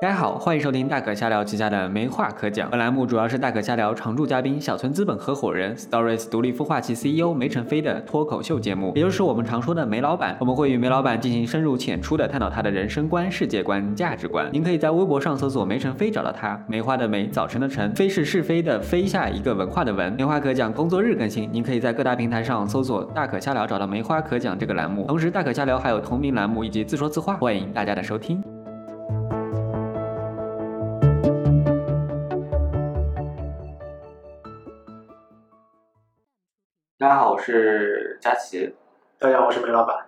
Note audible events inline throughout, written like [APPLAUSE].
大家好，欢迎收听大可瞎聊旗下的《没话可讲》。本栏目主要是大可瞎聊常驻嘉宾小村资本合伙人 Stories 独立孵化器 CEO 梅晨飞的脱口秀节目，也就是我们常说的梅老板。我们会与梅老板进行深入浅出的探讨他的人生观、世界观、价值观。您可以在微博上搜索梅晨飞找到他，梅花的梅，早晨的晨，飞是是非的飞，下一个文化的文。梅花可讲工作日更新，您可以在各大平台上搜索“大可瞎聊”找到“梅花可讲”这个栏目。同时，大可瞎聊还有同名栏目以及自说自话，欢迎大家的收听。大家好，我是佳琪。大家好，我是梅老板。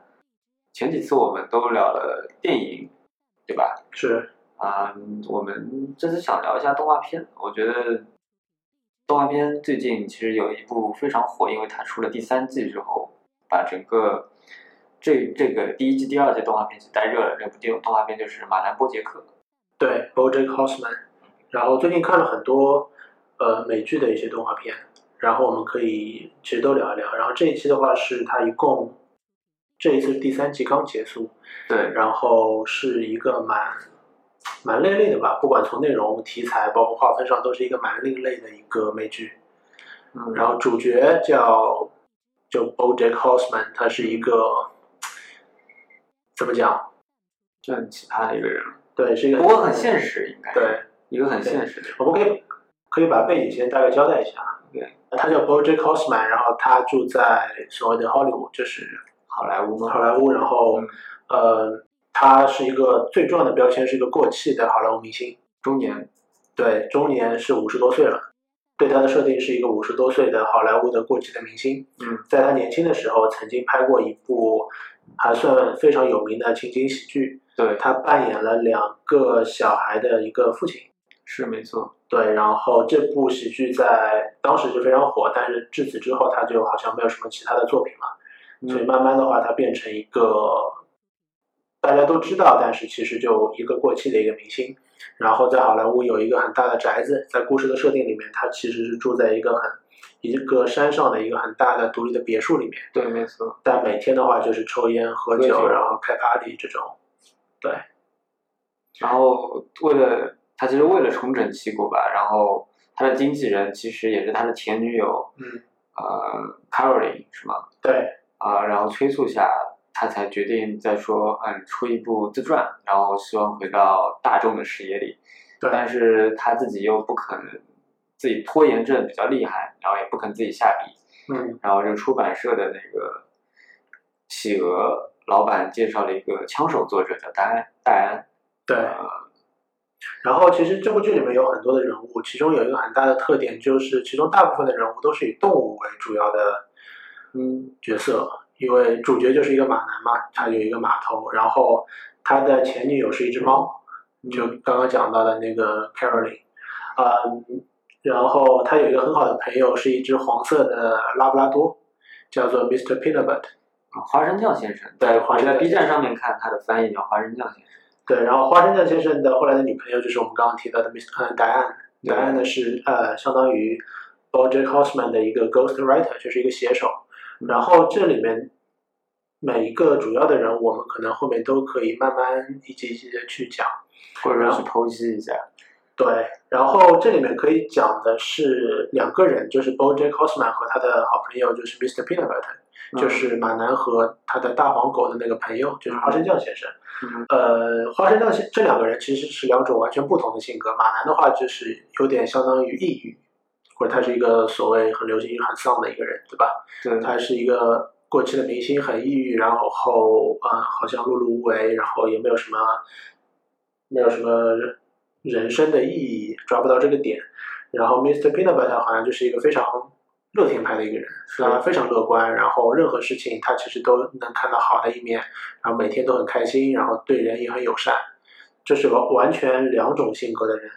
前几次我们都聊了电影，对吧？是，啊、我们这次想聊一下动画片。我觉得动画片最近其实有一部非常火，因为它出了第三季之后，把整个这这个第一季、第二季动画片就带热了。这部电影动画片就是《马南波杰克》。对，BoJack Horseman。然后最近看了很多呃美剧的一些动画片，然后我们可以其实都聊一聊。然后这一期的话是它一共这一次第三季刚结束，对，然后是一个蛮蛮另类的吧，不管从内容、题材，包括划分上，都是一个蛮另类的一个美剧。嗯然后主角叫就 BoJack Horseman，他是一个怎么讲？就很奇葩的一个人，对，是一个不过很现实，应该是对。一个很现实的人。我们可以可以把背景先大概交代一下。啊对，他叫 BoJack Horseman，然后他住在所谓的 Hollywood，就是好莱坞吗？好莱坞。然后嗯，呃，他是一个最重要的标签，是一个过气的好莱坞明星。中年，对，中年是五十多岁了。对他的设定是一个五十多岁的好莱坞的过气的明星。嗯，在他年轻的时候，曾经拍过一部还算非常有名的情景喜剧，对，他扮演了两个小孩的一个父亲。是没错。对，然后这部喜剧在当时就非常火，但是至此之后，他就好像没有什么其他的作品了，嗯所以慢慢的话，他变成一个大家都知道，但是其实就一个过气的一个明星。然后在好莱坞有一个很大的宅子，在故事的设定里面，他其实是住在一个很一个山上的一个很大的独立的别墅里面，对，没错。但每天的话就是抽烟、喝喝酒酒，然后开 party 这种。然后为了他其实为了重整旗鼓吧，然后他的经纪人其实也是他的前女友，嗯，呃，Caroline 是吗？对，啊、然后催促下，他才决定再说，嗯，出一部自传，然后希望回到大众的视野里。对，但是他自己又不肯，自己拖延症比较厉害，然后也不肯自己下笔，嗯，然后这个出版社的那个企鹅老板介绍了一个枪手作者叫戴安，戴安，对。啊然后其实这部剧里面有很多的人物，其中有一个很大的特点就是，其中大部分的人物都是以动物为主要的嗯，角色，因为主角就是一个马男嘛，他有一个马头，然后他的前女友是一只猫，就刚刚讲到的那个 Caroline，嗯，然后他有一个很好的朋友是一只黄色的拉布拉多，叫做 Mr. Peanut Butter。啊花生酱先生，对我花生在酱 B 站上面看他的翻译叫花生酱先生，对，然后花生酱先生的后来的女朋友就是我们刚刚提到的 Miss 呃 Diane，对 Diane 呢是呃相当于 BoJack Horseman 的一个 ghost writer，就是一个写手。然后这里面每一个主要的人，我们可能后面都可以慢慢一集一集的去讲。或者说去剖析一下，对，然后这里面可以讲的是两个人，就是 BoJack Horseman 和他的好朋友就是 Mr. Peanut Butter，、嗯就是马男和他的大黄狗的那个朋友，就是花生酱先生。嗯呃，花生酱先这两个人其实是两种完全不同的性格。马男的话就是有点相当于抑郁，或者他是一个所谓很流行很丧的一个人，对吧？对，他是一个过气的明星，很抑郁，然后嗯，好像碌碌无为，然后也没有什么没有什么人生的意义，抓不到这个点。然后 Mr. Peanut Butter 好像就是一个非常乐天派的一个人，他非常乐观，然后任何事情他其实都能看到好的一面，然后每天都很开心，然后对人也很友善，这是完完全两种性格的人。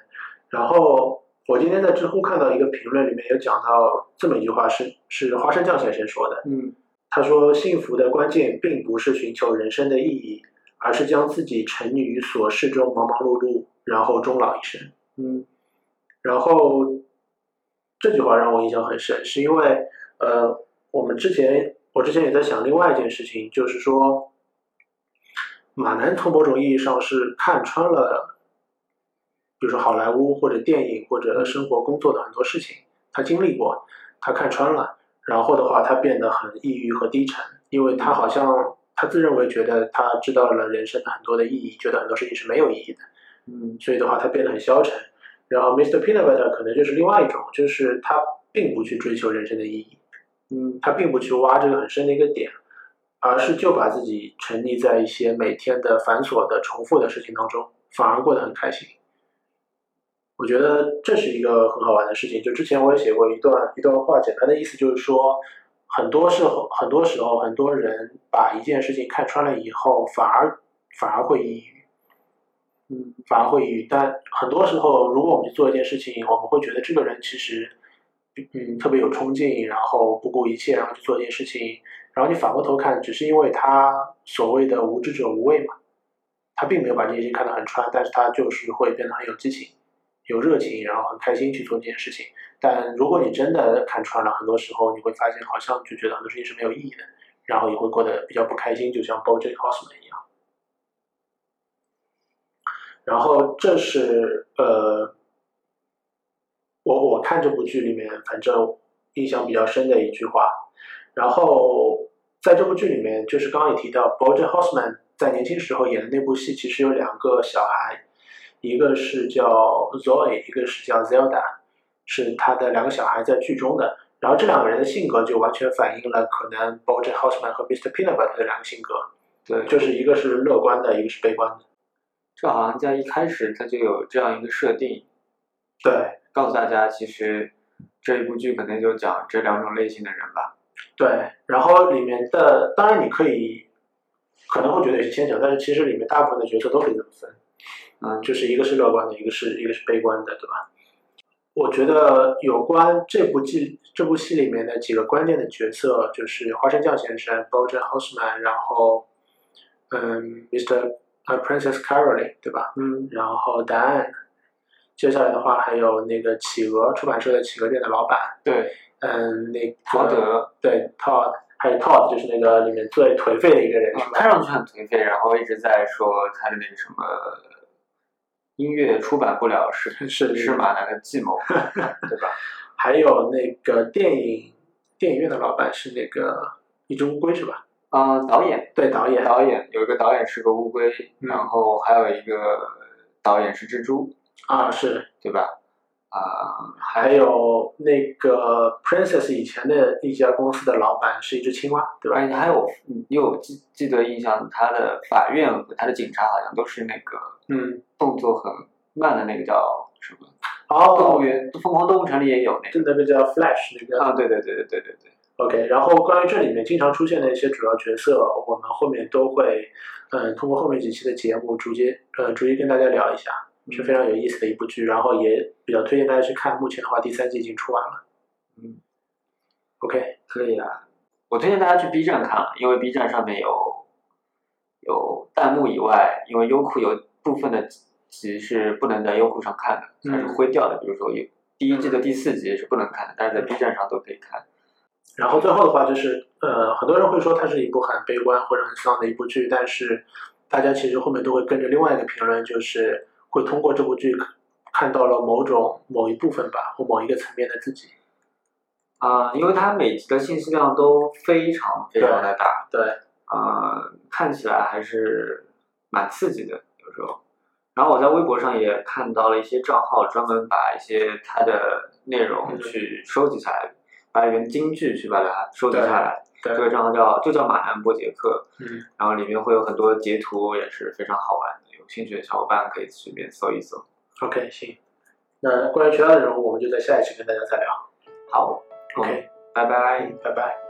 然后我今天在知乎看到一个评论，里面有讲到这么一句话是，是花生酱先生说的。嗯，他说：“幸福的关键并不是寻求人生的意义，而是将自己沉溺于琐事中忙忙碌碌，然后终老一生。”嗯，然后这句话让我印象很深，是因为呃，我们之前我之前也在想另外一件事情，就是说马南从某种意义上是看穿了比如说好莱坞或者电影或者生活工作的很多事情，他经历过，他看穿了，然后的话他变得很抑郁和低沉，因为他好像他自认为觉得他知道了人生的很多的意义，觉得很多事情是没有意义的，嗯所以的话他变得很消沉。然后 Mr. Peanut Butter 可能就是另外一种，就是他并不去追求人生的意义，嗯，他并不去挖这个很深的一个点，而是就把自己沉溺在一些每天的繁琐的重复的事情当中，反而过得很开心。我觉得这是一个很好玩的事情。就之前我也写过一段一段话，简单的意思就是说，很多时候，很多时候，很多人把一件事情看穿了以后，反而反而会抑郁。嗯，反而会抑郁。但很多时候，如果我们去做一件事情，我们会觉得这个人其实，嗯，特别有冲劲，然后不顾一切，然后去做一件事情，然后你反过头看，只是因为他所谓的无知者无畏嘛，他并没有把这件事情看得很穿，但是他就是会变得很有激情、有热情，然后很开心去做这件事情。但如果你真的看穿了，很多时候你会发现，好像就觉得很多事情是没有意义的，然后也会过得比较不开心，就像 BoJack Horseman 一样。然后这是呃，我我看这部剧里面，反正印象比较深的一句话。然后在这部剧里面，就是刚刚也提到，BoJack Horseman 在年轻时候演的那部戏，其实有两个小孩，一个是叫 Zoe，一个是叫 Zelda，是他的两个小孩在剧中的。然后这两个人的性格就完全反映了可能 BoJack Horseman 和 Mr. Peanut Butter 的两个性格，对，就就是一个是乐观的，一个是悲观的。这好像在一开始它就有这样一个设定，对告诉大家其实这一部剧可能就讲这两种类型的人吧。对，然后里面的当然你可以可能会觉得有些牵强，但是其实里面大部分的角色都可以这么分。嗯，就是一个是乐观的，一个是一个是悲观的，对吧？我觉得有关这部剧这部戏里面的几个关键的角色，就是花生酱先生 （Bojack Horseman），然后嗯，Mr. 呃 Princess Caroline，对吧？嗯然后 Diane，接下来的话还有那个企鹅出版社的企鹅店的老板，对，嗯，那个陶德对 Todd，还有 Todd 就是那个里面最颓废的一个人，是吧？看上去很颓废，然后一直在说他的那个什么音乐出版不了是 [LAUGHS] 是是马南的计 [LAUGHS] 谋，对吧？还有那个电影电影院的老板是那个一只乌龟是吧？啊、导演对，导演。导演有一个导演是个乌龟，嗯然后还有一个导演是蜘蛛，啊，是。对吧？啊、还有那个 Princess 以前的一家公司的老板是一只青蛙，对吧？而且还有，哎你有记记得印象，他的法院和他的警察好像都是那个嗯。动作很慢的那个叫什么？动物哦，园《疯狂动物城》里也有那就个。那个叫 Flash 那个。啊，对对对对对对对， OK，然后关于这里面经常出现的一些主要角色，我们后面都会，嗯，通过后面几期的节目逐渐，呃，逐一跟大家聊一下。是非常有意思的一部剧，然后也比较推荐大家去看。目前的话，第三季已经出完了。嗯，OK，可以啊。我推荐大家去 B 站看了，因为 B 站上面有有弹幕以外，因为优酷有部分的集是不能在优酷上看的，它是嗯灰掉的。比如说有第一季的第四集是不能看的，但是在 B 站上都可以看。然后最后的话就是，呃，很多人会说它是一部很悲观或者很丧的一部剧，但是大家其实后面都会跟着另外一个评论，就是会通过这部剧看到了某种某一部分吧，或某一个层面的自己。啊、因为它每集的信息量都非常非常的大，对，啊、看起来还是蛮刺激的，有时候。然后我在微博上也看到了一些账号专门把一些它的内容嗯去收集下来，把原金句去把它收集对下来。这个对，账号叫就叫马南波杰克，嗯，然后里面会有很多截图，也是非常好玩的，有兴趣的小伙伴可以随便搜一搜。 OK，行。那关于其他的人物，我们就在下一期跟大家再聊。好 OK，拜拜。拜拜。